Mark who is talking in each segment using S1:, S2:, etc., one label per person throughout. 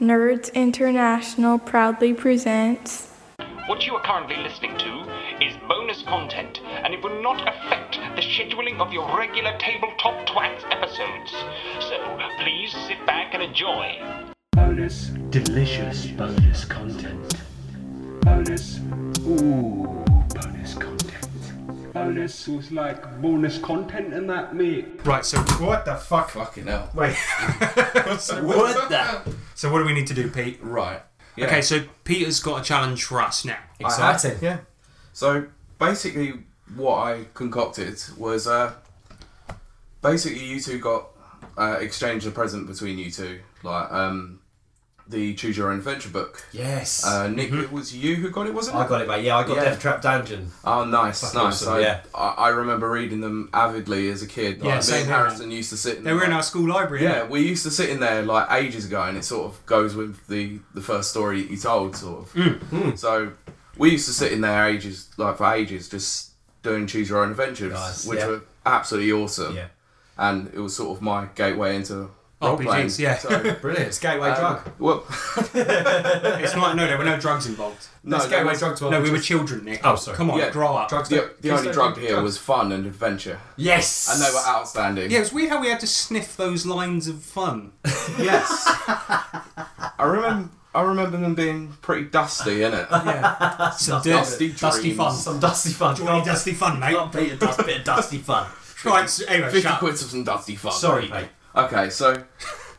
S1: Nerds International proudly presents
S2: What you are currently listening to is bonus content, and it will not affect the scheduling of your regular Tabletop Twats episodes. So please sit back and enjoy.
S3: Bonus, delicious bonus content. Bonus, ooh, bonus content. Bonus was like bonus content and that, mate.
S4: Right, so what the fuck?
S5: Fucking hell.
S4: Wait. so, what,
S5: What the?
S4: so what do we need to do, Pete?
S5: Right. Yeah.
S4: Okay, so Peter's got a challenge for us now.
S5: exciting.
S4: Yeah.
S5: So basically, what I concocted was uh, basically you two got uh, exchanged a present between you two, like um, the choose your own adventure book.
S6: Yes.
S5: Uh, Nick,
S4: Mm-hmm.
S5: it was you who got it, wasn't it?
S6: I got it, mate. Yeah, I got
S5: Yeah.
S6: Death Trap Dungeon.
S5: Oh, nice,
S6: Fucking
S5: nice.
S6: awesome,
S5: I,
S6: yeah.
S5: I, I remember reading them avidly as a kid. Like,
S4: Yeah,
S5: me
S4: same
S5: and
S4: here,
S5: Harrison used to sit. In
S4: They were in
S5: like-
S4: our school library.
S5: Yeah, we used to sit in there like ages ago, and it sort of goes with the the first story you told, sort of.
S6: Mm.
S5: So we used to sit in there ages, like for ages, just doing choose your own adventures,
S6: Nice,
S5: which
S6: yeah.
S5: were absolutely awesome.
S6: Yeah.
S5: And it was sort of my gateway into role playing.
S4: RPGs, yeah.
S5: So,
S6: Brilliant. It's Gateway
S5: um,
S6: Drug.
S5: well,
S4: It's not, no, there were no drugs involved.
S5: no,
S6: It's
S5: there
S6: Gateway
S5: was-
S6: Drug to
S4: No, we were
S6: Adventures.
S4: children, Nick.
S6: Oh, sorry.
S4: Come on,
S5: Yeah.
S4: grow up.
S6: Drugs.
S5: the, the
S6: Please
S5: only
S6: don't
S5: drug
S6: do
S5: here
S6: drugs.
S5: was fun and adventure,
S6: Yes.
S5: and they were outstanding.
S4: Yeah, it was weird how we had to sniff those lines of fun.
S5: Yes. I remember. I remember them being pretty dusty, innit?
S4: Yeah. Some
S5: Dusty
S4: dusty, dusty
S5: dreams.
S4: fun.
S6: Some dusty fun.
S4: Johnny dusty fun, mate.
S6: Not Peter Dust, bit of dusty fun.
S4: Right, so, anyway, shut
S5: Fifty
S4: up.
S5: quid for some dusty fun.
S6: Sorry, mate.
S5: Okay, so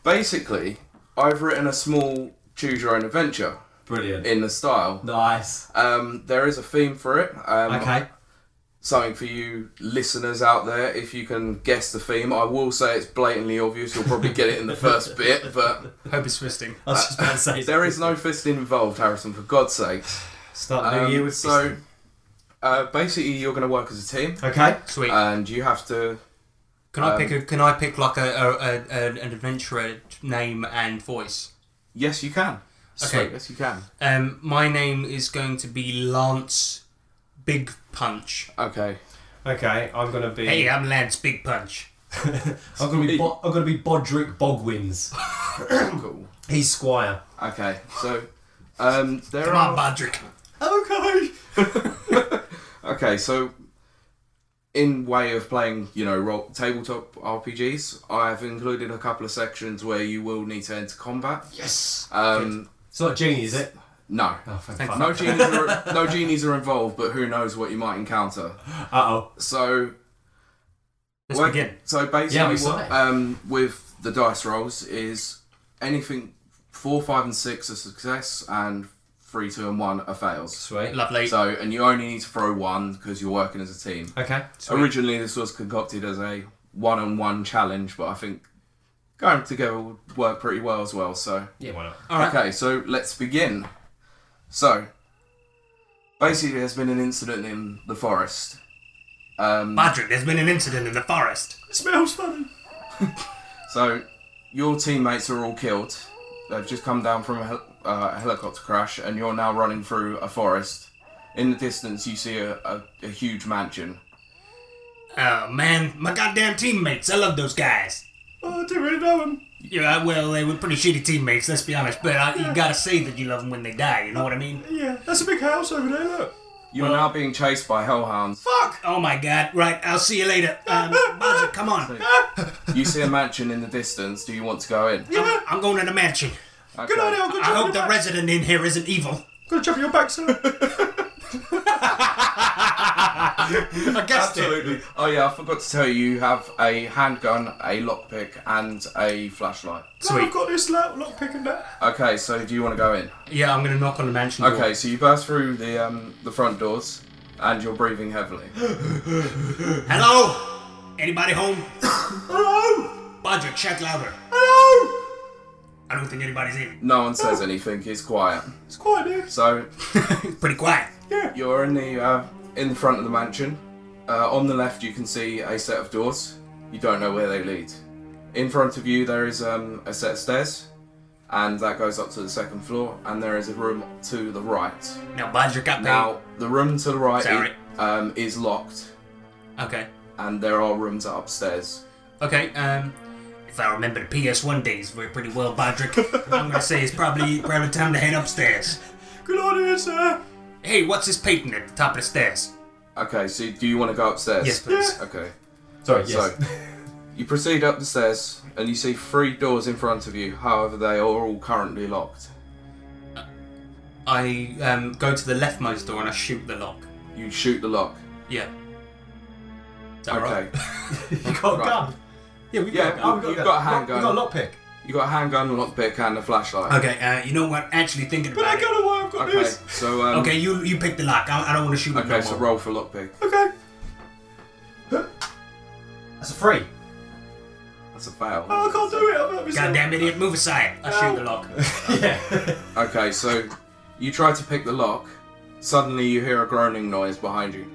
S5: basically, I've written a small choose your own adventure
S6: Brilliant.
S5: in the style.
S6: Nice.
S5: Um, there is a theme for it. Um,
S6: Okay.
S5: Something for you listeners out there, if you can guess the theme. I will say it's blatantly obvious. You'll probably get it in the first bit, but
S4: Hope it's fisting.
S6: I was just about to say.
S5: there is no fist involved, Harrison. For God's sake.
S6: Start the new
S5: Um,
S6: year with
S5: so.
S6: fisting.
S5: Uh, basically, you're going to work as a team,
S6: Okay.
S4: Sweet.
S5: and you have to.
S4: can I pick a? Can I pick like a, a, a an adventurer name and voice?
S5: Yes, you can.
S4: Okay.
S5: Yes, you can.
S4: Um, my name is going to be Lance Big Punch.
S5: Okay.
S6: Okay. I'm gonna be.
S4: Hey, I'm Lance Big Punch.
S6: I'm gonna be. Bo- I'm gonna be Bodrick Bogwins.
S5: cool.
S6: He's Squire.
S5: Okay. So, um, there
S4: Come on,
S5: are.
S4: Badrick.
S6: Okay.
S5: Okay, so in way of playing, you know, role, tabletop RPGs, I have included a couple of sections where you will need to enter combat.
S6: Yes.
S5: Um,
S6: It's not Genie, is it?
S5: no.
S6: Oh, thank
S5: No genies, are, no genies are involved, but who knows what you might encounter.
S6: Uh oh.
S5: So,
S4: Let's
S5: work-
S4: begin.
S5: so
S6: Yeah, I'm
S5: basically, what,
S6: excited.
S5: um, with the dice rolls is anything four, five, and six are success, and three, two, and one are fails.
S6: Sweet.
S4: Lovely.
S5: So, and you only need to throw one because you're working as a team.
S6: Okay.
S5: Originally, this was concocted as a one-on-one challenge, but I think going together would work pretty well as well. So,
S6: Yeah. Why not?
S4: All right.
S5: okay, so let's begin. So, basically, there's been an incident in the forest. Um,
S4: Badrick, there's been an incident in the forest.
S6: It smells funny.
S5: so, your teammates are all killed. They've just come down from a, hel- uh, a helicopter crash, and you're now running through a forest. In the distance, you see a, a, a huge mansion.
S4: Oh man, my goddamn teammates. I love those guys.
S6: Oh, I don't really know him.
S4: Yeah, well, they were pretty shitty teammates. Let's be honest. But I, you gotta say that you love them when they die. You know what I mean?
S6: Yeah, that's a big house over there, look.
S5: You're now being chased by hellhounds.
S4: Fuck. Oh my god. Right. I'll see you later. Um, Badrick, come on.
S5: You see a mansion in the distance. Do you want to go in?
S4: I'm, I'm going to the mansion.
S5: Okay.
S6: good
S4: I hope the resident in here isn't evil.
S6: Gonna chop your back, sir.
S4: I guessed it.
S5: Absolutely. Oh yeah, I forgot to tell you. You have a handgun, a lockpick, and a flashlight.
S4: Sweet.
S6: got this lock, lock pick and that.
S5: Okay, so do you want to go in?
S4: Yeah, I'm gonna knock on the mansion door.
S5: Okay, so you burst through the um, the front doors, and you're breathing heavily.
S4: Hello? Anybody home? Hello? Bodrick, check louder.
S6: Hello!
S4: I don't think anybody's in.
S5: No one says anything. It's quiet.
S6: It's quite near.
S5: So
S4: It's pretty quiet.
S5: you're in the uh, in the front of the mansion. Uh, on the left, you can see a set of doors. You don't know where they lead. In front of you, there is um, a set of stairs, and that goes up to the second floor. And there is a room to the right.
S4: Now, Bodrick got paid.
S5: Now, the room to the right
S4: Sorry.
S5: i- um, is locked,
S4: Okay.
S5: and there are rooms upstairs.
S4: Okay, um,
S7: If I remember the PS1 days were pretty well, Bodrick, I'm gonna say it's probably probably time to head upstairs.
S5: Claudius, uh,
S7: Hey, what's this painting at the top of the stairs?
S5: Okay, so do you want to go upstairs?
S7: Yes, please.
S5: Okay.
S6: Sorry, yes.
S5: So, you proceed up the stairs and you see three doors in front of you. However, they are all currently locked.
S4: I um, go to the leftmost door and I shoot the lock.
S5: You shoot the lock.
S4: Yeah. Is that
S5: Okay.
S4: right?
S6: you got a
S5: Right.
S6: gun. Yeah, we've
S5: Yeah,
S6: got a gun.
S5: we've got a handgun.
S6: We've got a lockpick.
S5: You got a handgun, a lockpick, and a flashlight.
S7: Okay, uh, you know what? Actually thinking about it.
S6: away, I've got
S5: Okay, so um,
S7: Okay, you you pick the lock. I, I don't want to shoot it
S5: okay,
S7: no
S5: so
S7: more.
S5: roll for lockpick.
S6: Okay. That's a free.
S5: That's a fail.
S6: Oh, do it. I'm not
S7: Goddamn idiot, move aside. I shoot the lock.
S6: Yeah.
S5: Okay, so you try to pick the lock. Suddenly, you hear a groaning noise behind you.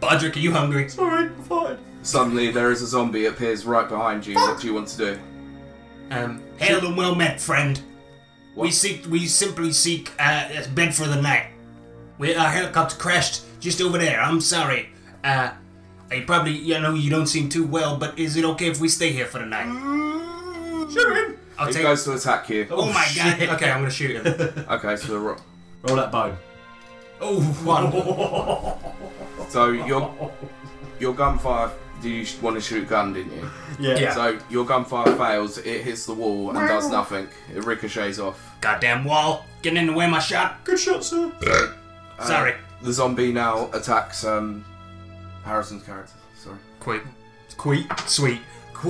S7: Bodrick, are you hungry?
S6: Sorry, I'm fine.
S5: Suddenly, there is a zombie appears right behind you. What do you want to do?
S4: Um,
S7: Hail and well met, friend. We
S5: What?
S7: seek, we simply seek uh, a bed for the night. We, our helicopter crashed just over there. I'm sorry. Uh, I probably, you know, you don't seem too well, but is it okay if we stay here for the night?
S6: Mm, Shoot him.
S7: I'll
S5: He
S7: take.
S5: goes to attack you.
S7: oh my
S4: shit.
S7: god.
S4: Okay, I'm gonna shoot him.
S5: Okay, so the rock.
S6: Roll that bone.
S4: oh, one.
S5: So your your gunfire. Do you want to shoot gun? Didn't you?
S6: Yeah.
S4: Yeah.
S5: So your gunfire fails. It hits the wall and does nothing. It ricochets off.
S7: Goddamn wall. Getting in the way of my shot.
S6: Good shot, sir.
S7: Sorry.
S5: Uh, The zombie now attacks um, Harrison's character. Sorry.
S4: Quick. Quick. Sweet.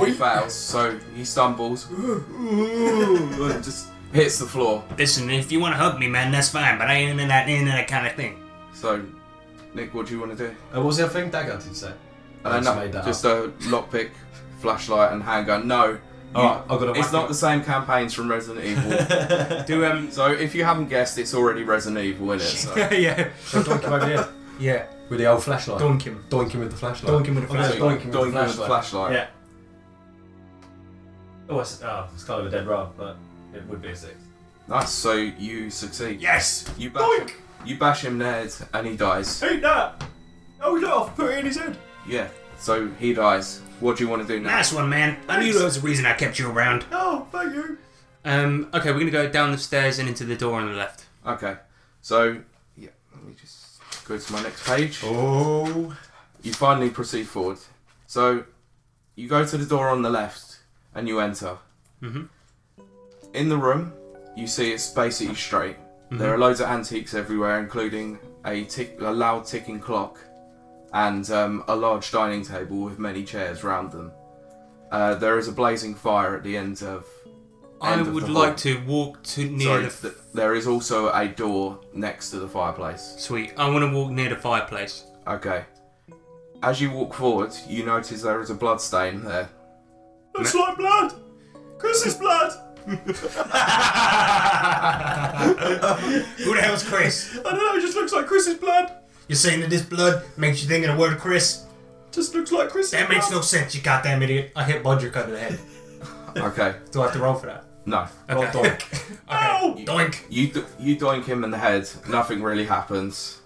S5: He fails, so he stumbles. and just hits the floor.
S7: Listen, if you want to hug me, man, that's fine. But I ain't in that, in that kind of thing.
S5: So, Nick, what do you want to do?
S6: Uh, what was the other thing? Dagger, did you say? I
S5: Uh,
S6: just
S5: no,
S6: made that
S5: just
S6: up.
S5: a lockpick, flashlight, and handgun. No.
S6: Alright, I've got a
S5: It's
S6: whack
S5: not
S6: it.
S5: the same campaigns from Resident Evil.
S4: Do um.
S5: so if you haven't guessed, it's already Resident Evil in it. So.
S4: yeah.
S6: Don't doink him over the head
S4: Yeah.
S6: with the old flashlight.
S4: Donk him.
S6: Doink him with the flashlight.
S4: Donk him with the
S6: Oh, no,
S4: flashlight.
S6: Doink him
S5: Doink
S6: with the flashlight.
S5: flashlight.
S6: Yeah. Oh, it's, oh, it's kind of a dead run, but it would be a six.
S5: Nice. So you succeed.
S7: Yes.
S5: You bash
S6: Doink!
S5: him. You bash him in the head, and he dies.
S6: Eat that! Oh, he let off. Put it in his head.
S5: Yeah. So he dies. What do you want to do now?
S7: Nice one, man. I knew there was a reason I kept you around.
S6: Oh, thank you.
S4: Um. Okay, we're gonna go down the stairs and into the door on the left.
S5: Okay. So yeah, let me just go to my next page.
S6: Oh.
S5: You finally proceed forward. So, you go to the door on the left and you enter. Mm-hmm. In the room, you see it's basically straight.
S4: Mm-hmm.
S5: There are loads of antiques everywhere, including a, tick, a loud ticking clock and um, a large dining table with many chairs round them. Uh, there is a blazing fire at the end of.
S4: I
S5: end of
S4: would
S5: the
S4: like
S5: hall.
S4: to walk to near
S5: Sorry,
S4: the. F-
S5: th- there is also a door next to the fireplace.
S4: Sweet. I want to walk near the fireplace.
S5: Okay. As you walk forward, you notice there is a blood stain there.
S6: Looks like blood. Chris is blood.
S7: Who the hell's Chris?
S6: I don't know. It just looks like Chris's blood.
S7: You're saying that this blood makes you think of the word Chris?
S6: Just looks like Chris's
S7: That makes no sense, you goddamn idiot. I hit Bodrick over the head.
S5: Okay.
S7: Do I have to roll for that?
S5: No.
S6: Roll doink.
S7: Okay. Doink.
S5: You do- you doink him in the head. Nothing really happens.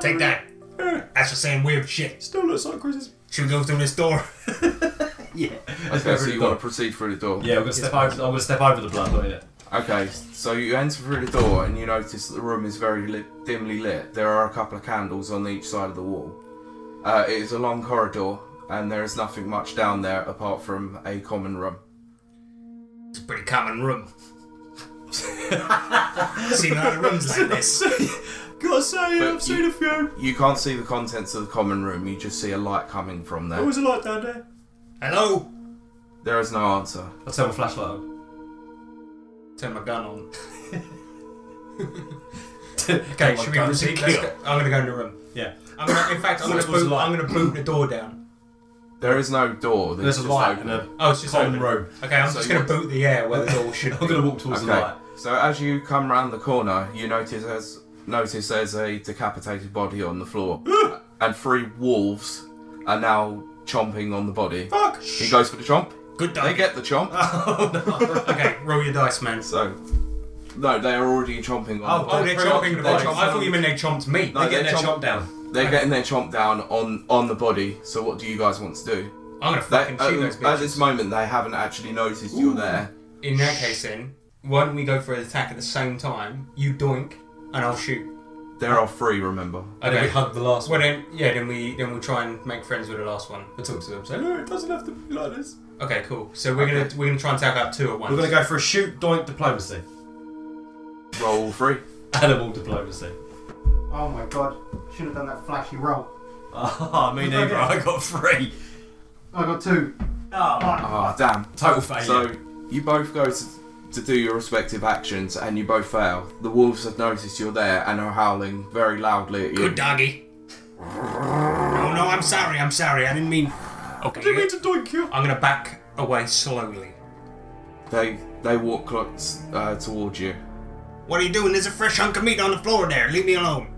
S7: Take that. That's for saying weird shit.
S6: Still looks like Chris's.
S7: Should we go through this door?
S5: Okay, so you want to proceed through the door.
S6: Yeah, I'm gonna step over. I'm gonna step over the blood. Not it.
S5: Okay, so you enter through the door and you notice that the room is very lit, dimly lit. There are a couple of candles on each side of the wall. Uh, it is a long corridor and there is nothing much down there apart from a common room.
S7: It's a pretty common room. Seen a lot of rooms like this.
S6: Gotta say,
S5: But you-
S6: a few.
S5: You can't see the contents of the common room. You just see a light coming from there.
S6: a light down there.
S7: Hello?
S5: There is no answer.
S6: I'll turn my flashlight on.
S4: Turn my gun on.
S6: okay,
S4: Should we proceed? Let's go- I'm gonna go in the room.
S6: Yeah.
S4: I'm gonna, in fact, I'm gonna
S6: Which was
S4: boot.
S6: light.
S4: I'm gonna boot the door down.
S5: There is no door.
S6: There's a
S5: just
S6: light
S5: open.
S6: in a
S4: Oh, it's just
S6: common
S4: open.
S6: room.
S4: Okay, I'm
S5: So
S4: just
S5: you
S4: gonna
S5: want-
S4: boot the air where the door should.
S6: I'm
S4: be.
S6: gonna walk towards the
S5: Okay.
S6: light.
S5: So as you come round the corner, you notice there's notice there's a decapitated body on the floor, and three wolves are now chomping on the body.
S6: Fuck.
S5: He goes for the chomp.
S7: Good
S5: They
S7: dog.
S5: get the chomp.
S4: Ah. Okay, roll your dice, man.
S5: So no, they are already chomping on. the
S4: Oh,
S5: body.
S4: they're chomping the
S5: They're
S6: Oh,
S4: body. I
S5: chomping-
S4: thought you meant they chomped me.
S5: No,
S4: They
S5: they're
S4: get-
S5: chomp-
S6: down.
S5: They're getting their chomp down on on the body. So what do you guys want to do?
S4: I'm gonna
S5: They,
S4: fucking
S5: at,
S4: shoot those
S5: at this
S4: bitches.
S5: moment, they haven't actually noticed you're there.
S4: In that case, then why don't we go for an attack at the same time? You doink, and I'll shoot.
S5: There are three, remember.
S6: And then we hug the last
S4: Well
S6: one.
S4: then, yeah, then we then we'll try and make friends with the last one.
S6: I talk to them. Say, no, it doesn't have to be like this.
S4: Okay, cool. So we're
S5: Okay.
S4: gonna we're gonna try and take out two at once.
S6: We're going to go for a shoot, doink, diplomacy.
S5: Roll three.
S6: Animal diplomacy.
S8: Oh my god. Should have done that flashy roll.
S6: Ah, me neither. I got three.
S8: I got two.
S5: Ah, damn.
S6: Total failure.
S5: So you both go to, to do your respective actions, and you both fail. The wolves have noticed you're there and are howling very loudly at you.
S7: Good doggy. No, no, I'm sorry, I'm sorry. I didn't mean. Okay.
S6: to doink you.
S4: I'm gonna back away slowly.
S5: They they walk clo- s- uh, towards you.
S7: What are you doing? There's a fresh hunk of meat on the floor there. Leave me alone.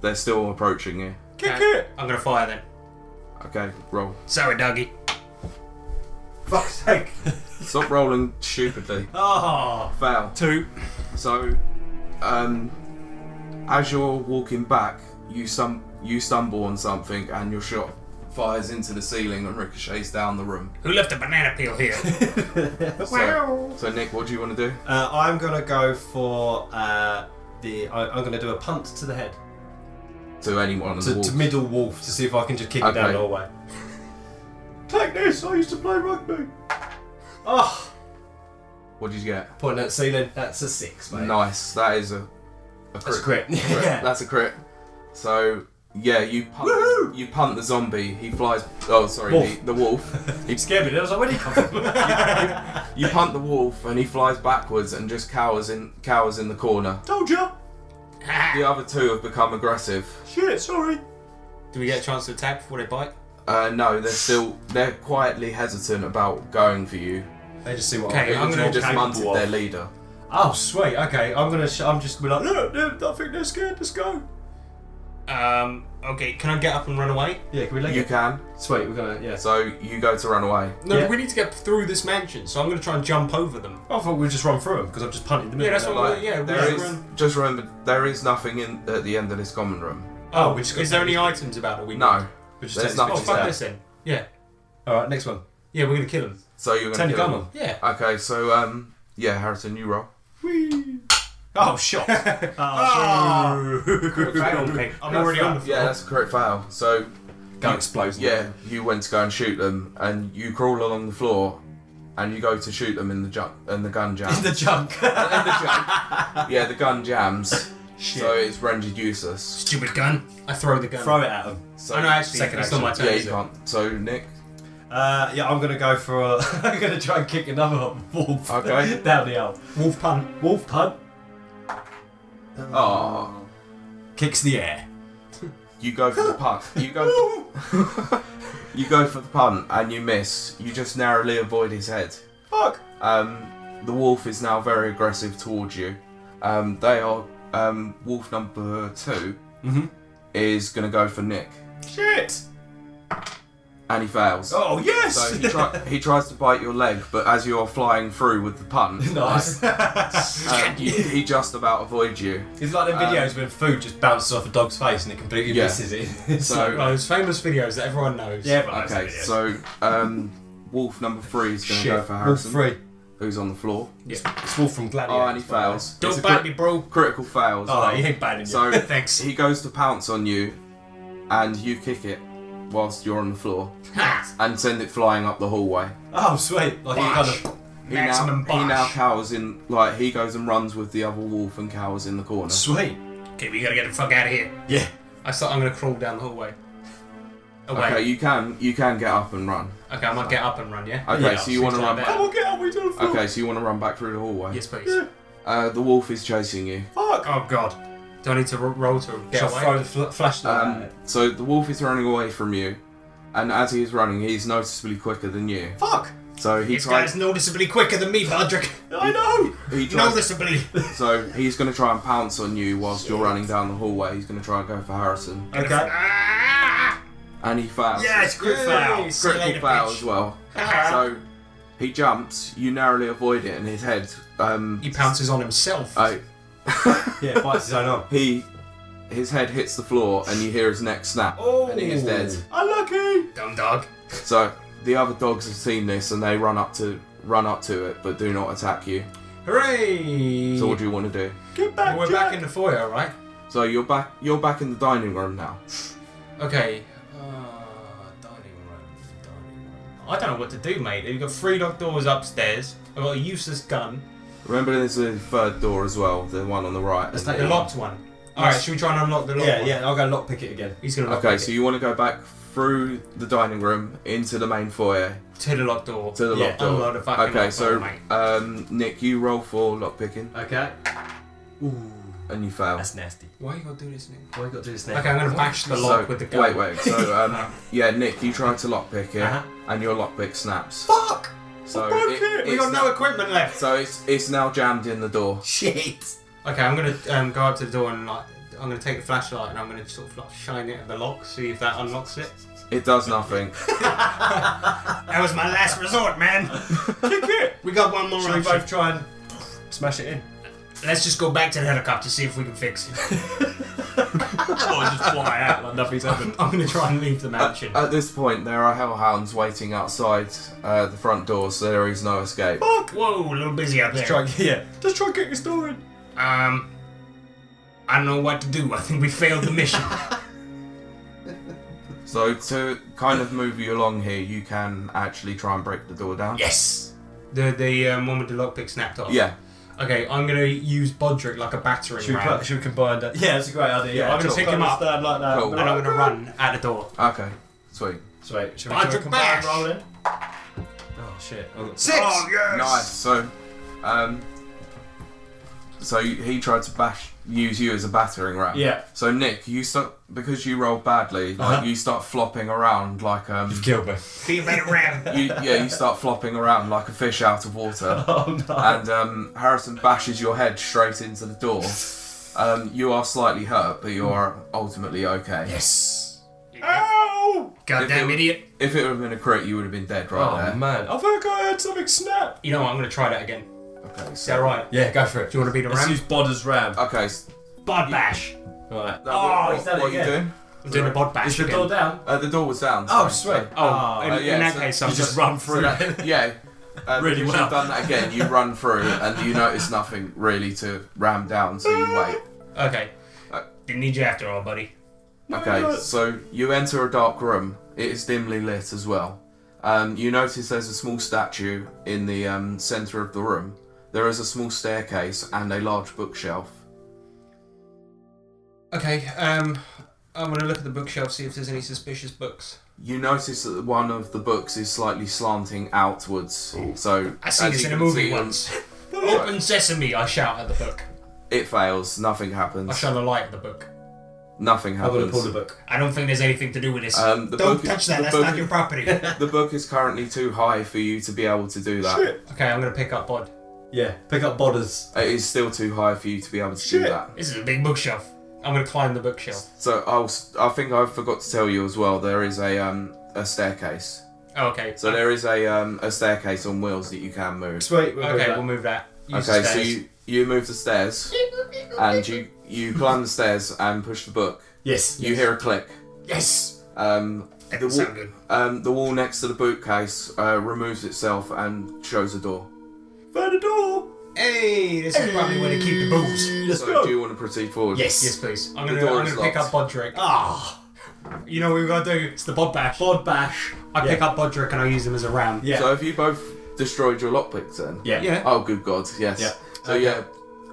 S5: They're still approaching you.
S4: Kick
S7: it.
S4: I'm gonna fire then.
S5: Okay, roll.
S7: Sorry, doggy.
S8: Fuck's sake.
S5: Stop rolling stupidly.
S6: Ah,
S5: Fail.
S4: Two.
S5: So, um, as you're walking back, you stum- you stumble on something, and your shot fires into the ceiling and ricochets down the room.
S7: Who left a banana peel here?
S5: So, so Nick, what do you want to do?
S6: uh, I'm going to go for uh, the. I, I'm going to do a punt to the head.
S5: To anyone on the
S6: to,
S5: wolves?
S6: to middle wolf to see if I can just kick it down
S5: Okay.
S6: the hallway. Take this. I used to play rugby. Oh,
S5: What did you get?
S6: point at ceiling. That's a six, mate.
S5: Nice. That is a, a crit.
S6: That's great.
S5: Crit.
S6: Yeah.
S5: That's a crit. So yeah, you punt,
S6: Woohoo!
S5: you punt the zombie. He flies. Oh, sorry,
S6: Wolf.
S5: The, the wolf.
S6: It scared me. I was like, where did he come from?
S5: you punt the wolf, and he flies backwards and just cowers in cowers in the corner.
S6: Told you.
S5: The other two have become aggressive.
S6: Shit. Sorry.
S4: Do we get a chance to attack before they bite?
S5: Uh, no, they're still they're quietly hesitant about going for you.
S6: They just see what.
S4: Okay,
S6: I'm
S4: I'm
S5: You
S4: gonna
S5: just
S6: capable
S5: munted
S6: of.
S5: their leader.
S6: Oh sweet. Okay. I'm gonna. Sh- I'm just gonna be like, no, no. I think they're scared. Let's go.
S4: Um. Okay. Can I get up and run away?
S6: Yeah. Can we leg
S5: You
S6: it?
S5: can.
S6: Sweet. We're gonna. Yeah.
S5: So you go to run away.
S4: No,
S6: Yeah.
S4: but we need to get through this mansion, so I'm gonna try and jump over them.
S6: I thought we'd just run through them because I've just punted them.
S4: Yeah,
S6: in.
S4: that's what-
S6: Like,
S4: Well, yeah, we
S5: there
S4: should
S5: is.
S4: run.
S5: Just remember, there is nothing in at the end of this common room.
S6: Oh, we just got
S4: Is there any items about it we
S5: No,
S4: need?
S6: We just
S5: there's
S6: take
S5: nothing
S4: Oh
S6: this
S4: fuck
S6: out.
S4: this then. Yeah.
S6: All right. Next one.
S4: Yeah, we're gonna kill them.
S5: so you're gonna
S6: Turn the
S5: kill
S6: gun
S5: them.
S6: on.
S4: Yeah.
S5: Okay, so um, yeah, Harrison, you roll.
S6: Oh, shot. oh, boo.
S4: I'm already on the floor.
S5: Yeah, that's a correct fail. So
S6: Gun explodes.
S5: yeah, you went to go and shoot them, and you crawl along the floor, and you go to shoot them in the junk and the gun jam.
S6: In the junk.
S5: In the jam. Yeah, the gun jams. So it's rendered useless.
S7: Stupid gun.
S4: I throw the gun.
S6: Throw it at them.
S5: So
S4: Oh no, actually,
S6: Second
S4: it's not my
S6: action.
S4: turn.
S5: yeah,
S4: is
S5: you
S4: it?
S5: can't. So Nick,
S6: Uh, yeah, I'm gonna go for a. I'm gonna try and kick another wolf
S5: Okay.
S6: down the hole.
S4: Wolf pun.
S6: Wolf punt
S5: oh,
S6: kicks the air.
S5: you go for the punt. You go. For, you go for the punt, and you miss. You just narrowly avoid his head.
S6: Fuck.
S5: Um, the wolf is now very aggressive towards you. Um, they are um, wolf number 2
S6: Mm-hmm.
S5: is going to go for Nick,
S6: Shit.
S5: and he fails.
S6: Oh yes.
S5: So he, try- he tries to bite your leg, but as you are flying through with the punt,
S6: nice.
S5: uh, you- he just about avoids you.
S6: it's like the videos when food just bounces off a dog's face and it completely
S5: Um, Yeah.
S6: misses it.
S5: So
S4: Those famous videos that everyone knows.
S6: yeah, but that's the
S5: okay,
S6: video.
S5: so um, wolf number three is going to
S6: shit.
S5: go for
S6: wolf
S5: Harrison,
S6: three.
S5: who's on the floor.
S6: It's wolf from Gladiator.
S5: Oh, and he fails. It's a
S7: Don't
S5: cri-
S7: bite me, bro.
S5: Critical fails.
S6: Oh, he ain't bad in
S5: So
S7: Thanks.
S5: he goes to pounce on you, and you kick it whilst you're on the floor
S7: Ha!
S5: and send it flying up the hallway.
S6: Oh sweet. Like he
S7: Bosh.
S6: kind of.
S5: He
S7: Maximum
S5: now, he now
S7: bosh.
S5: cowers in like he goes and runs with the other wolf and cowers in the corner.
S6: Sweet.
S7: Okay, we gotta get the fuck out of here.
S6: Yeah.
S4: I start, I'm gonna crawl down the hallway. Away.
S5: Okay, you can you can get up and run.
S4: Okay, I might get up and run, yeah?
S5: Okay,
S6: Yeah,
S5: so you want to
S4: she's
S5: run
S4: like
S5: back.
S6: on, get out. We do
S5: Okay, so you want to run back through the hallway.
S4: Yes, please.
S5: Uh, the wolf is chasing you.
S6: Fuck.
S7: Oh god.
S4: Do I need to ro- roll to get
S6: Shall
S4: away?
S6: I throw the fl- flashlight at
S5: Um,
S6: it?
S5: so the wolf is running away from you, and as he is running, he's noticeably quicker than you.
S6: Fuck.
S5: So he
S7: This guy's
S5: tries.
S7: noticeably quicker than me, Baldrick.
S6: I know.
S5: He tries
S7: Noticeably.
S5: so he's going to try and pounce on you whilst you're running down the hallway. He's going to try and go for Harrison,
S6: Okay.
S7: Ah!
S5: and he fails.
S7: Yeah, it's good foul. See you later,
S5: critical foul
S7: bitch.
S5: as well.
S7: Ah.
S5: So he jumps, you narrowly avoid it, and his head. Um,
S4: He pounces on himself.
S5: oh,
S6: Yeah, bites his own arm.
S5: he his head hits the floor and you hear his neck snap and he is dead.
S4: Oh.
S6: Unlucky!
S7: Dumb dog.
S5: So the other dogs have seen this and they run up to run up to it, but do not attack you.
S4: Hooray!
S5: So what do you want to do?
S6: Get back,
S4: We're
S6: Jack.
S4: back in the foyer, right?
S5: So you're back you're back in the dining room now.
S4: Okay. Uh, dining room, dining room. I don't know what to do, mate. You've got three locked doors upstairs. I've got a useless gun.
S5: Remember there's a third door as well, the one on the right.
S4: It's
S5: and
S4: like the
S5: the-
S4: locked one. Alright, should we try and unlock the locked
S6: Yeah,
S4: one?
S6: yeah, I'll go lockpick it again.
S4: He's gonna lock
S5: Okay,
S4: it
S5: so you want to go back through the dining room into the main foyer
S4: to the locked door.
S5: to the
S6: Yeah,
S5: locked door.
S4: unlock the fucking
S5: okay,
S4: locked door,
S5: so
S4: mate.
S5: um, Nick, you roll for lockpicking
S6: Okay. Ooh,
S5: and you fail.
S6: that's nasty.
S4: Why you gotta do this, Nick?
S6: Why you got to do this now?
S4: Okay, I'm gonna bash the lock
S5: so,
S4: with the gun.
S5: Wait, wait. So, um, yeah, Nick, you try to lockpick it,
S6: Uh-huh.
S5: and your lockpick snaps.
S7: Fuck!
S5: So
S6: broke it!
S5: it's
S7: We got
S5: now-
S7: no equipment left.
S5: So it's it's now jammed in the door.
S6: Shit!
S4: Okay, I'm gonna um, go up to the door and like, I'm gonna take the flashlight and I'm gonna sort of like, shine it at the lock, see if that unlocks it.
S5: It does nothing.
S7: That was my last resort, man.
S6: Kick it!
S7: We got one more
S6: Should we
S7: option.
S6: both try and smash it in?
S7: Let's just go back to the helicopter, see if we can fix it.
S6: Or just fly out like nothing's happened?
S4: I'm gonna try and leave the mansion.
S6: Uh,
S5: At this point, there are hellhounds waiting outside uh, the front door, so there is no escape.
S6: uh,
S7: Whoa, a little busy out there.
S6: Try and, yeah. Just try and get this door in.
S7: Um, I don't know what to do. I think we failed the mission.
S5: So to kind of move you along here, you can actually try and break the door down.
S7: yes.
S4: the the um, one with the lockpick snapped off.
S5: Yeah.
S4: Okay, I'm gonna use Bodrick like a battering
S6: Should we,
S4: ram,
S6: put, should we combine that? Yeah, that's a great idea.
S5: Yeah,
S6: I'm going
S5: cool.
S6: to
S4: Pick him up.
S6: Stand like that.
S5: Cool.
S4: and I'm gonna run at the door.
S5: Okay. Sweet.
S6: Sweet. Should we
S7: Bunch
S6: do a
S7: of
S6: combined
S7: bash.
S6: roll in? Oh, shit. I've got-
S7: Six. Oh yes.
S5: Nice. So, um, so you- he tried to bash, use you as a battering ram.
S6: Yeah.
S5: So Nick, you start because you rolled badly. Like
S6: Uh-huh.
S5: you start flopping around like um.
S6: You've killed me.
S7: Be a better ram.
S5: You, yeah, you start flopping around like a fish out of water,
S6: Oh, no.
S5: and um, Harrison bashes your head straight into the door. Um, you are slightly hurt, but you are ultimately okay.
S7: Yes. Ow! Goddamn
S5: If it-
S7: idiot.
S5: If it would have been a crit, you would have been dead right
S6: Oh,
S5: there.
S6: man. I think I heard something snap.
S4: You know what? I'm gonna try that again.
S5: Okay,
S4: Is
S5: so,
S4: that right?
S6: Yeah, go for it.
S4: Do you want to be the
S6: Let's
S4: ram?
S6: use Bod as Ram.
S5: okay. s-
S7: Bod bash.
S5: now
S6: Right. Oh,
S5: what,
S6: he's done it
S5: what are you
S6: again.
S5: doing?
S4: I'm doing the bod bash
S6: Is the
S4: again.
S6: door down?
S5: Uh, the door was down.
S6: Oh,
S5: sorry.
S6: sweet.
S4: Oh,
S6: Ah,
S4: in,
S5: uh, yeah,
S4: in that
S5: so-
S4: case,
S5: you
S4: I'm
S6: You just
S4: just
S6: run through it.
S5: yeah. Um,
S6: Really
S5: because
S6: well.
S5: You've done that again. You run through and you notice nothing really to ram down, so you wait.
S4: okay.
S7: Didn't need you after all, buddy.
S5: Okay, so you enter a dark room. It is dimly lit as well. Um, you notice there's a small statue in the um, center of the room. There is a small staircase and a large bookshelf.
S4: Okay. Um, I'm gonna look at the bookshelf, see if there's any suspicious books.
S5: You notice that one of the books is slightly slanting outwards. So
S7: I seen
S5: as
S7: this
S5: you
S7: in a
S5: can
S7: movie
S5: see,
S7: once. Open sesame! I shout at the book.
S5: It fails. Nothing
S4: I
S5: happens.
S4: shine a light at the book.
S5: Nothing
S6: I would have
S5: happens.
S6: pulled the book.
S7: I don't think there's anything to do with this.
S5: Um, the
S7: don't
S5: book-
S7: touch that.
S5: the
S7: That's
S5: book-
S7: not your property.
S5: The book is currently too high for you to be able to do that.
S4: Okay, I'm gonna pick up bod.
S6: Yeah, pick up Bod as.
S5: It is still too high for you to be able to do
S6: Shit.
S5: that.
S7: this is a big bookshelf.
S4: I'm gonna climb the bookshelf.
S5: So I'll, s- I think I forgot to tell you as well. There is a um a staircase.
S4: Oh, okay.
S5: So there is a um a staircase on wheels that you can move.
S6: Sweet. We'll
S4: Okay, we'll
S6: do
S4: move that. Use
S5: Okay,
S4: the
S5: so
S4: stairs.
S5: you you move the stairs and you you climb the stairs and push the book.
S6: Yes.
S5: You hear a click.
S7: Yes!
S5: Um,
S7: That
S5: the
S7: doesn't
S5: wall,
S7: sound good.
S5: um, the wall next to the bookcase uh, removes itself and shows a door.
S6: Find a door.
S4: Hey, this is probably where they keep the booze.
S6: Let's
S5: So
S6: go.
S5: do you want to proceed forward?
S6: Yes.
S4: Yes, please. I'm
S5: The
S4: gonna,
S5: door
S4: I'm
S5: is
S4: gonna pick up
S5: locked.
S4: Bodrick.
S6: Ah.
S4: You know what we've got to do? It's the bod bash.
S6: Bod bash.
S4: I
S6: Yeah.
S4: pick up Bodrick and I use him as a ram.
S6: Yeah.
S5: So have you both destroyed your lockpicks then?
S6: yeah.
S4: Yeah.
S5: Oh, good God, yes.
S6: Yeah.
S5: So yeah,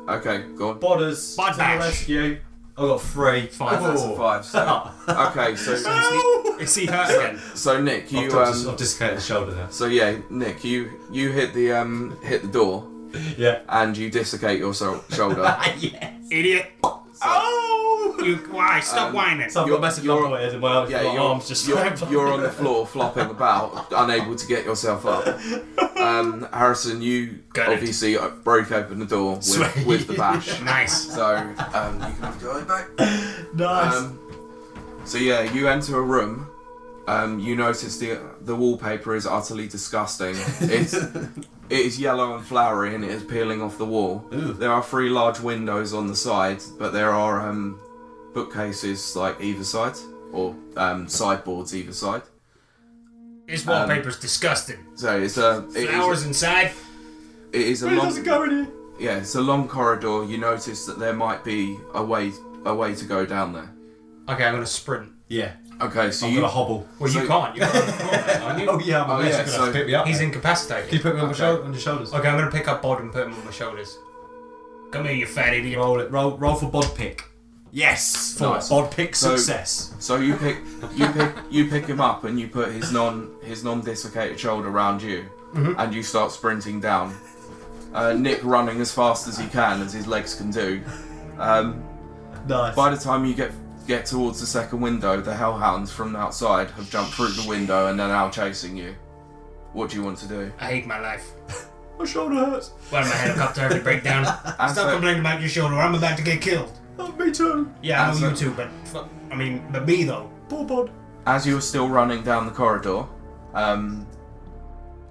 S5: okay, go on.
S6: Bod as.
S7: Bod
S6: to the
S7: bash.
S6: rescue. I got three.
S4: Five.
S5: That's a
S6: Four.
S5: five. So okay, so
S6: Ow!
S4: Is he hurt again?
S5: so Nick,
S6: I've,
S5: you
S6: dis- I've
S5: um,
S6: dislocated the shoulder now.
S5: so yeah, Nick, you you hit the um hit the door
S6: Yeah.
S5: and you dislocate your so- shoulder.
S6: yes.
S7: Idiot!
S6: Oh!
S7: You, why? Stop
S5: Um,
S7: whining.
S6: So I've got
S5: You're-
S6: a massive
S5: you're-
S6: lump on my head and my,
S5: Yeah,
S6: my
S5: you're,
S6: arms just
S5: you're,
S6: like-
S5: you're on the floor flopping about, unable to get yourself up. Um, Harrison, you
S7: Got it.
S5: obviously uh broke open the door with,
S6: Sweet.
S5: with the bash.
S7: nice.
S5: So um, you can have your eye back.
S6: Nice.
S5: Um, so yeah, you enter a room. Um, you notice the the wallpaper is utterly disgusting. It's it is yellow and flowery, and it is peeling off the wall.
S6: Ooh.
S5: There are three large windows on the side, but there are um, bookcases like either side or um, sideboards either side.
S4: This wallpaper's disgusting.
S5: So it's a it
S4: Flowers
S5: is,
S4: inside.
S5: it is a
S6: But it
S5: long
S6: doesn't go in here.
S5: yeah it's a long corridor. You notice that there might be a way a way to go down there.
S4: Okay, I'm gonna sprint.
S6: Yeah.
S5: Okay, so
S6: I'm
S5: you
S6: gonna hobble.
S4: Well, you
S5: So-
S4: can't. You're on the floor, man, aren't you?
S6: Oh yeah,
S5: Oh,
S6: my mates
S5: yeah,
S6: are gonna
S5: so-
S6: pick me up.
S4: He's
S6: Can you
S4: incapacitated.
S6: put me on, my
S5: Okay.
S6: shoulder, on your shoulders?
S4: Okay, I'm gonna pick up Bod and put him on my shoulders. Come here, you fat idiot.
S6: Roll it. Roll. Roll for bod pick. Yes. For
S5: Nice.
S6: bod pick
S5: So-
S6: success.
S5: So you pick you pick you pick him up and you put his non his non dislocated shoulder around you
S6: Mm-hmm.
S5: and you start sprinting down. Uh, Nick running as fast as he can as his legs can do. Um,
S6: nice.
S5: by the time you get get towards the second window, the hellhounds from outside have jumped through the window and are now chasing you. What do you want to do?
S4: I hate my life.
S6: my shoulder hurts.
S4: Why did my helicopter have to break down? Stop
S5: so-
S4: complaining about your shoulder. I'm about to get killed.
S6: Oh, me too.
S4: Yeah, I
S5: And
S4: know you
S5: so-
S4: too, but fuck, I mean, but me though.
S6: Poor bod.
S5: As you're still running down the corridor, um,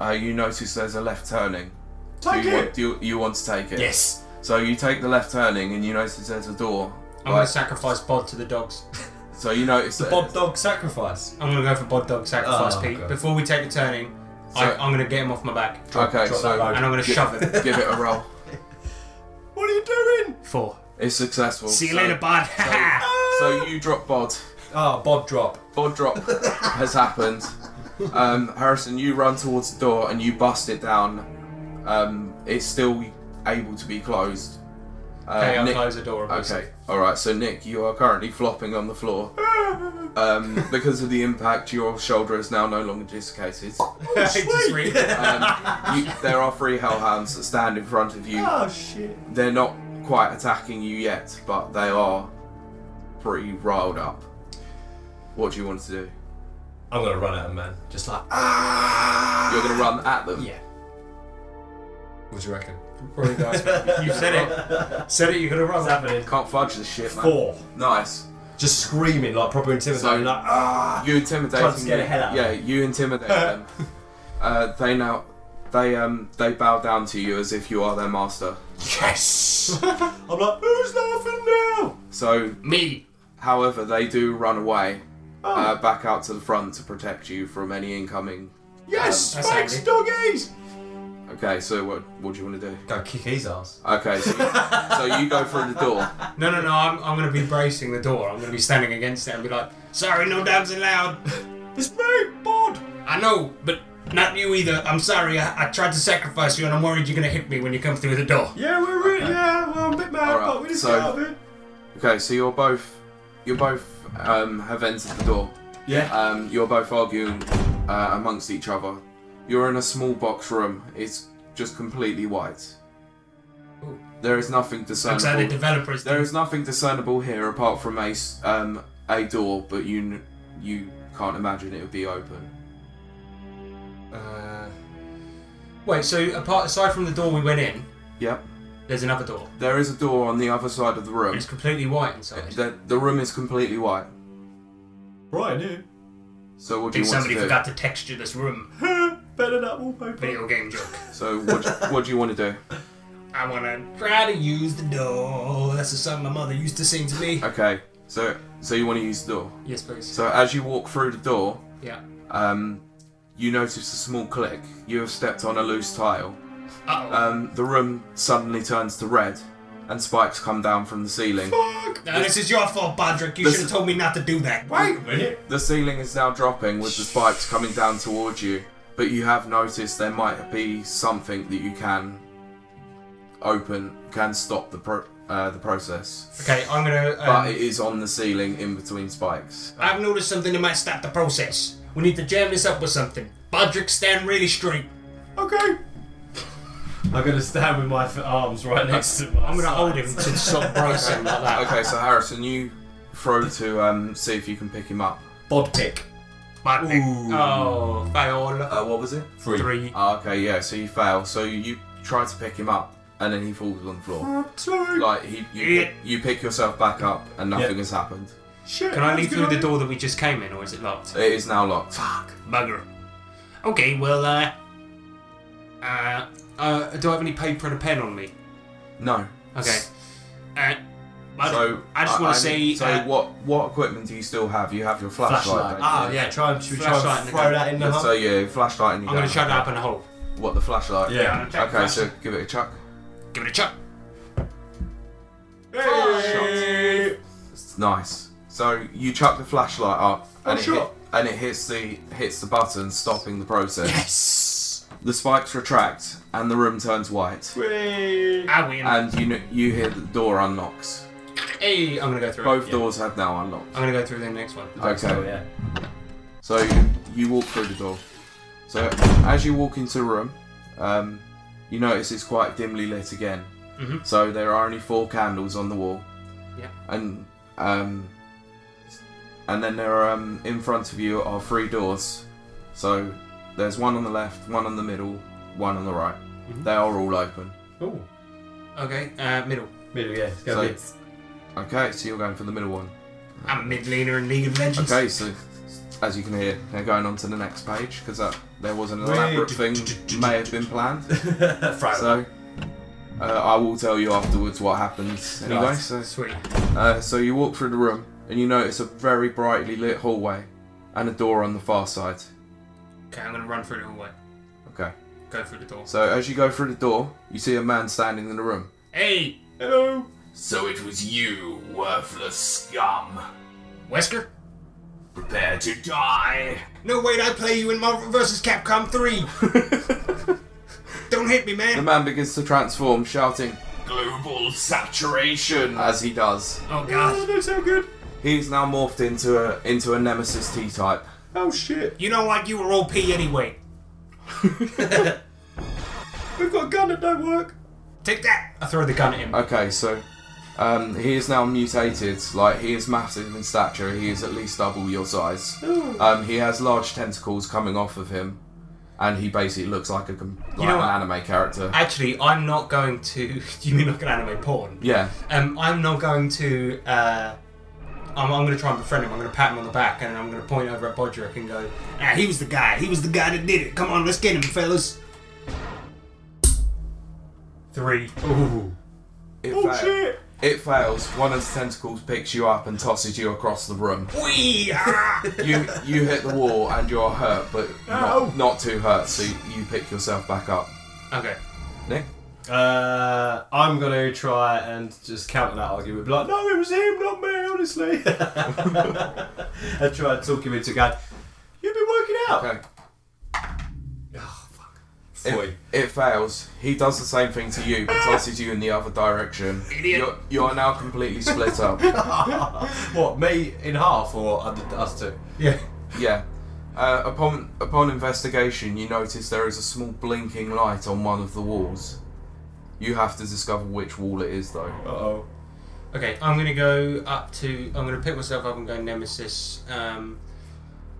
S5: uh, you notice there's a left turning. Do
S6: Take
S5: you, want,
S6: it.
S5: do you, you want to take it?
S4: Yes.
S5: So you take the left turning and you notice there's a door.
S4: I'm gonna
S5: Right.
S4: sacrifice Bod to the dogs.
S5: So you notice that
S6: Bod dog sacrifice.
S4: I'm gonna go for Bod dog sacrifice,
S6: Oh,
S4: Pete.
S6: God.
S4: Before we take the turning, I,
S5: So-
S4: I'm gonna get him off my back
S5: Okay,
S6: Drop
S5: so
S6: that load.
S4: and I'm gonna shove him.
S5: give it a roll.
S6: What are you doing?
S4: Four.
S5: It's successful.
S4: See you
S5: so, uh,
S4: later, Bod.
S5: So you drop bod.
S6: Ah, bod drop.
S5: Bod drop has happened. Um, Harrison, you run towards the door and you bust it down. Um, it's still able to be closed. Uh,
S4: okay, I'll
S5: Nick-
S4: close the door.
S5: Okay. All right. So Nick, you are currently flopping on the floor. Um, because of the impact, your shoulder is now no longer dislocated.
S4: Just read.
S5: Um, you, there are three hellhounds that stand in front of you.
S6: Oh shit.
S5: They're not quite attacking you yet, but they are pretty riled up. What do you want to do?
S6: I'm gonna run at him, man. Just like. ah,
S5: You're going to run at them.
S6: Yeah. What do you reckon?
S4: Probably nice, man. You said it. Said it. You're gonna run.
S6: happening?
S5: Can't fudge this shit, man.
S6: Four.
S5: Nice.
S6: Just screaming like proper
S5: So-
S6: intimidating. like ah.
S5: You intimidate
S6: Trying to scare
S5: them.
S6: the hell out of
S5: Yeah, you intimidate them. Uh, they now, they um, they bow down to you as if you are their master.
S6: Yes. I'm like, who's laughing now?
S5: So,
S4: Me.
S5: however, they do run away,
S6: Oh.
S5: uh, back out to the front to protect you from any incoming.
S6: Yes,
S4: Um, that's
S6: thanks,
S4: handy.
S6: doggies.
S5: Okay, so what what do you want to do?
S6: Go kick his ass.
S5: Okay, so, so you go through the door.
S4: No, no, no. I'm, I'm gonna be bracing the door. I'm gonna be standing against it and be like, sorry, no dogs allowed.
S6: It's me, Bod.
S4: I know, but not you either. I'm sorry. I, I tried to sacrifice you, and I'm worried you're gonna hit me when you come through the door.
S6: Yeah, we're really, yeah, well, I'm a bit mad,
S5: All right,
S6: but we just
S5: so-
S6: get out of it.
S5: Okay, so you're both you're both um, have entered the door.
S6: Yeah.
S5: Um, you're both arguing uh, amongst each other. You're in a small box room. It's just completely white.
S4: Ooh.
S5: There is nothing
S4: Looks like the
S5: discernible.
S4: developers.
S5: There
S4: did.
S5: is nothing discernible here apart from a s- um, a door, but you kn- you can't imagine it would be open.
S4: Uh, wait. So apart aside from the door we went in,
S5: Yep.
S4: there's another door.
S5: There is a door on the other side of the room.
S4: It's completely white inside.
S5: The, the room is completely white.
S6: Right, new.
S5: So what
S4: I
S5: do you
S4: think
S5: want to
S4: somebody
S5: do?
S4: forgot to texture this room.
S6: Better that wallpaper.
S4: Video game joke.
S5: So what do, what do you want to do?
S4: I wanna try to use the door. That's a song my mother used to sing to me.
S5: Okay. So so you want to use the door.
S4: Yes, please.
S5: So as you walk through the door,
S4: Yeah.
S5: um, you notice a small click. You have stepped on a loose tile.
S4: Uh
S5: Um, the room suddenly turns to red, and spikes come down from the ceiling.
S4: oh. No, this is your fault, Bodrick. You
S5: this
S4: should have
S5: is-
S4: told me not to do that.
S6: Wait a minute.
S5: The ceiling is now dropping with the spikes coming down towards you, but you have noticed there might be something that you can open, can stop the pro- uh, the process.
S4: Okay, I'm gonna.
S5: But
S4: Um,
S5: it is on the ceiling in between spikes.
S4: I've noticed something that might stop the process. We need to jam this up with something. Bodrick, stand really straight.
S6: Okay. I'm gonna stand with my f- arms right next to my.
S4: I'm gonna hold him to stop bracing like that.
S5: Okay, so Harrison, you throw to um, see if you can pick him up.
S6: bod pick.
S4: Bodrick. Oh, fail.
S5: Uh, what was it?
S6: Three.
S4: Three.
S5: Ah, okay, yeah. So you fail. So you try to pick him up, and then he falls on the floor.
S6: I'm sorry.
S5: Like he, you, you pick yourself back up, and nothing
S6: Yeah.
S5: has happened.
S6: Shit.
S4: Can I leave
S6: that's
S4: through the
S6: good.
S4: door that we just came in, or is it locked?
S5: It is now locked.
S4: Fuck, bugger. Okay, well, uh, uh, uh, do I have any paper and a pen on me?
S5: No.
S4: Okay. Uh,
S7: But
S5: so
S7: I just want to say.
S5: mean, So
S7: uh,
S5: what what equipment do you still have? You have your flashlight.
S7: Flashlight.
S5: don't you?
S4: Ah, yeah, try and, should we try
S7: Flashlight
S4: and
S7: in the
S4: throw
S7: gun.
S4: that in the
S5: Yeah,
S4: hole?
S5: So yeah, flashlight. And you
S4: I'm
S5: don't
S4: going to chuck
S5: have
S4: that up in the hole.
S5: What the flashlight?
S4: Yeah. I'm gonna chuck
S5: Okay, so give it a chuck.
S4: Give it a chuck.
S5: It's nice. So you chuck the flashlight up, and, it hit, and it hits the hits the button, stopping the process.
S7: Yes!
S5: The spikes retract, and the room turns white.
S4: Ah,
S7: I win.
S5: And you kn- you hear the door unlocks.
S4: Hey, I'm going to go through
S5: Both
S4: it.
S5: doors have now unlocked.
S4: I'm going to go through the next one.
S5: Okay.
S4: Oh, yeah.
S5: So you walk through the door. So as you walk into the room, um, you notice it's quite dimly lit again.
S4: Mhm.
S5: So there are only four candles on the wall.
S4: Yeah.
S5: And um, and then there are um, in front of you are three doors. So there's one on the left, one on the middle, one on the right. They are all open.
S4: Ooh. Okay, uh, middle.
S6: Middle, yeah. It's
S5: So-
S6: gonna be.
S5: Okay, so you're going for the middle one.
S7: I'm a mid laner in League of Legends.
S5: Okay, so as you can hear, they're going on to the next page because there was an elaborate thing may have been planned. So uh, I will tell you afterwards what happens. Anyway, so
S4: Sweet.
S5: uh, so you walk through the room and you notice a very brightly lit hallway and a door on the far side.
S4: Okay, I'm going to run through the hallway.
S5: Okay.
S4: Go through the door.
S5: So as you go through the door, you see a man standing in the room.
S4: Hey,
S6: Hello.
S9: So it was you, worthless scum.
S7: Wesker?
S9: Prepare to die.
S7: No, wait, I play you in Marvel vs. Capcom 3. Don't hit me,
S5: The
S7: man.
S5: man begins to transform, shouting
S9: Global saturation.
S5: as he does.
S7: Oh, God.
S6: That's so good.
S5: He is now morphed into a into a Nemesis T-type.
S6: Oh shit.
S7: You know what? You were OP anyway.
S6: We've got a gun that don't work.
S7: Take that.
S4: I throw the gun at him.
S5: Okay, so um, he is now mutated. Like he is massive in stature. He is at least double your size. Um, he has large tentacles coming off of him, and he basically looks like a com- like
S4: know
S5: an
S4: what?
S5: anime character.
S4: Actually, I'm not going to. You mean like an anime porn?
S5: yeah,
S4: Um, I'm not going to. Uh, I'm, I'm going to try and befriend him. I'm going to pat him on the back and I'm going to point over at Bodrick and go,
S7: Ah, he was the guy. He was the guy that did it. Come on, let's get him, fellas.
S4: three.
S5: it,
S4: Oh,
S5: fail- it fails. One of the tentacles picks you up and tosses you across the room.
S7: Wee! Ah!
S5: You you hit the wall and you're hurt, but
S4: Ah, oh.
S5: not, not too hurt. So you pick yourself back up.
S4: Okay.
S5: Nick.
S6: Uh, I'm gonna try and just counter that argument. Be like, no, it was him, not me, honestly. and try and talk him into going. You've been working out. Oh,
S5: Okay.
S6: Boy.
S5: It, it fails. He does the same thing to you, but tosses you in the other direction.
S7: Idiot.
S5: You're, you are now completely split up.
S6: What, me in half or under- us two?
S4: Yeah.
S5: Yeah. Uh, upon upon investigation, you notice there is a small blinking light on one of the walls. You have to discover which wall it is, though.
S6: Uh oh.
S4: Okay, I'm going to go up to. I'm going to pick myself up and go Nemesis. Um,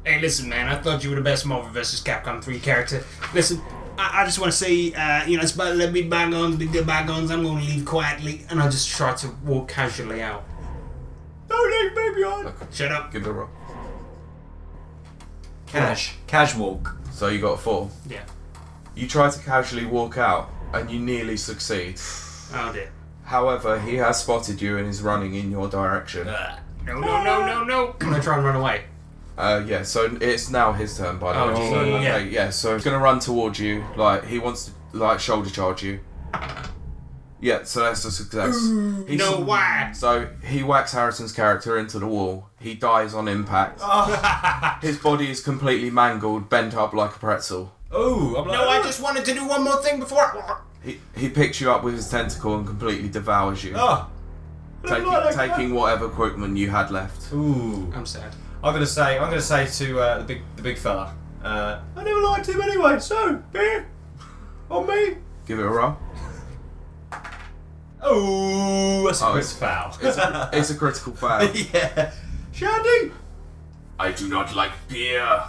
S7: Hey, listen, man. I thought you were the best Marvel vs. Capcom 3 character. Listen, I, I just want to say, uh, you know, it's about let me bygones be good bygones. I'm going to leave quietly.
S4: and I just try to walk casually out.
S6: Don't leave me behind.
S7: Shut up.
S5: Give it a roll.
S6: Cash. Cash walk.
S5: So you got a four.
S4: Yeah.
S5: You try to casually walk out, and you nearly succeed.
S4: Oh dear.
S5: However, he has spotted you and is running in your direction.
S7: Uh, No, no, no, no, no.
S4: I'm going to try and run away.
S5: Uh, yeah, so it's now his turn, by the
S4: Oh,
S5: way.
S4: yeah,
S5: so,
S4: yeah, yeah.
S5: okay, yeah, so he's gonna run towards you, like, he wants to, like, shoulder charge you. Yeah, so that's a success. He
S7: No,
S5: s-
S7: why?
S5: So, he whacks Harrison's character into the wall. He dies on impact.
S6: Ah.
S5: His body is completely mangled, bent up like a pretzel.
S6: Oh, I'm like,
S7: No, I just wanted to do one more thing before.
S5: He, he picks you up with his tentacle and completely devours you,
S6: Oh.
S5: taking,
S6: like that.
S5: taking whatever equipment you had left.
S6: Ooh.
S4: I'm sad.
S6: I'm gonna say. I'm gonna say to uh, the big the big fella. Uh, I never liked him anyway. So beer on me.
S5: Give it a roll.
S6: Oh, that's a
S5: Oh,
S6: crit
S5: it's-
S6: foul.
S5: It's a, it's a critical fail.
S6: yeah. Shandy.
S9: I do not like beer.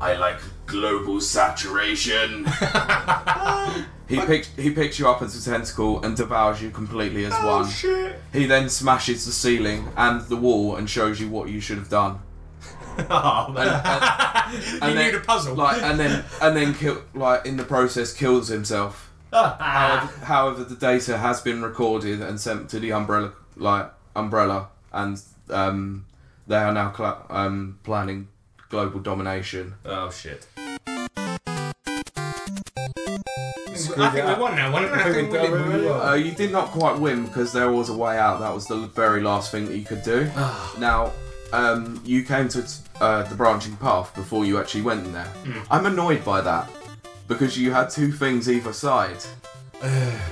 S9: I like global saturation.
S5: He picks he picks you up as a tentacle and devours you completely as one.
S6: Shit.
S5: He then smashes the ceiling and the wall and shows you what you should have done.
S6: Oh
S5: And,
S6: man.
S5: and, and
S7: need a puzzle.
S5: Like and then and then kill like in the process kills himself. However, however, the data has been recorded and sent to the umbrella like umbrella, and um, they are now cla um, planning global domination.
S4: Oh shit. I
S6: Screwed it
S4: think we
S6: up.
S4: won that one. I
S6: I
S4: think
S6: think
S4: we
S6: we
S4: did
S6: done
S4: really
S6: really
S4: well.
S6: well.
S5: Uh, you did not quite win because there was a way out. That was the very last thing that you could do. now, um, you came to uh, the branching path before you actually went in there.
S4: Mm.
S5: I'm annoyed by that because you had two things either side.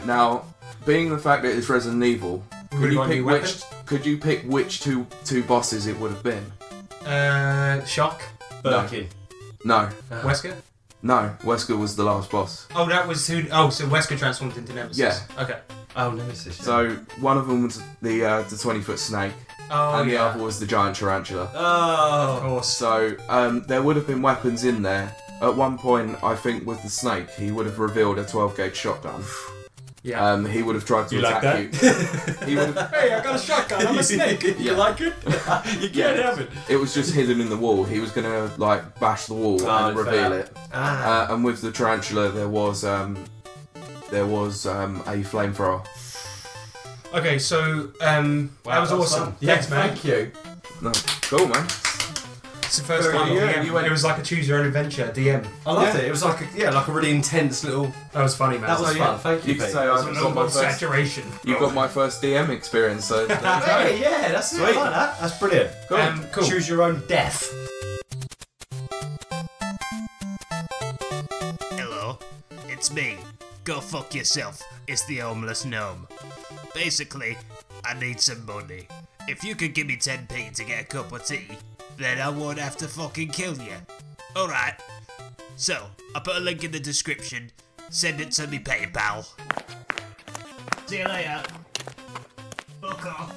S5: now, being the fact that it's Resident Evil, could
S4: Would've
S5: you
S4: gone
S5: pick
S4: new
S5: which?
S4: weapons?
S5: Could you pick which two two bosses it would have been?
S4: Uh, shock.
S6: Birkin.
S5: No,
S4: Wesker.
S5: no. Wesker was the last boss.
S4: Oh, that was who? Oh, so Wesker transformed into Nemesis.
S5: Yeah.
S4: Okay.
S6: Oh, Nemesis. yeah.
S5: So one of them was the uh, the twenty foot snake,
S4: Oh
S5: and the
S4: yeah.
S5: other was the giant tarantula.
S4: Of
S6: Oh.
S4: course.
S5: So um, there would have been weapons in there. At one point, I think with the snake, he would have revealed a 12 gauge shotgun.
S4: Yeah.
S5: Um, he would have tried to
S6: You like
S5: attack you. He would have,
S4: hey, I got a shotgun. I'm a snake.
S5: Yeah.
S6: like it? you
S5: Yeah.
S6: can't have it.
S5: it was just hidden in the wall. He was gonna like bash the wall
S6: Ah,
S5: and
S6: fair.
S5: reveal it.
S6: Ah.
S5: Uh, and with the tarantula, there was um, there was um, a flamethrower.
S4: Okay, so um, that was awesome. Thanks, man.
S6: Thank you.
S5: No, cool man.
S4: It's the first
S6: Very
S4: time.
S6: good.
S4: Yeah,
S6: You went-
S4: it was like a choose your own adventure DM.
S6: I loved it. It was like a, yeah, like a really intense little.
S4: That was funny, man.
S6: That was
S5: So,
S6: fun.
S5: yeah.
S6: Thank you.
S5: You can
S6: Pete.
S5: say I
S4: It
S5: got
S4: was a
S5: my
S4: lot of
S5: first.
S4: saturation.
S5: You got my first DM experience, so there you go.
S6: Hey, yeah, that's I like that. That's brilliant.
S5: Cool.
S4: Um, cool.
S6: Choose your own death.
S7: Hello, it's me. Go fuck yourself. It's the homeless gnome. Basically, I need some money. If you could give me 10p to get a cup of tea, then I won't have to fucking kill you. Alright. So, I put a link in the description. Send it to me PayPal. See you later. Fuck off.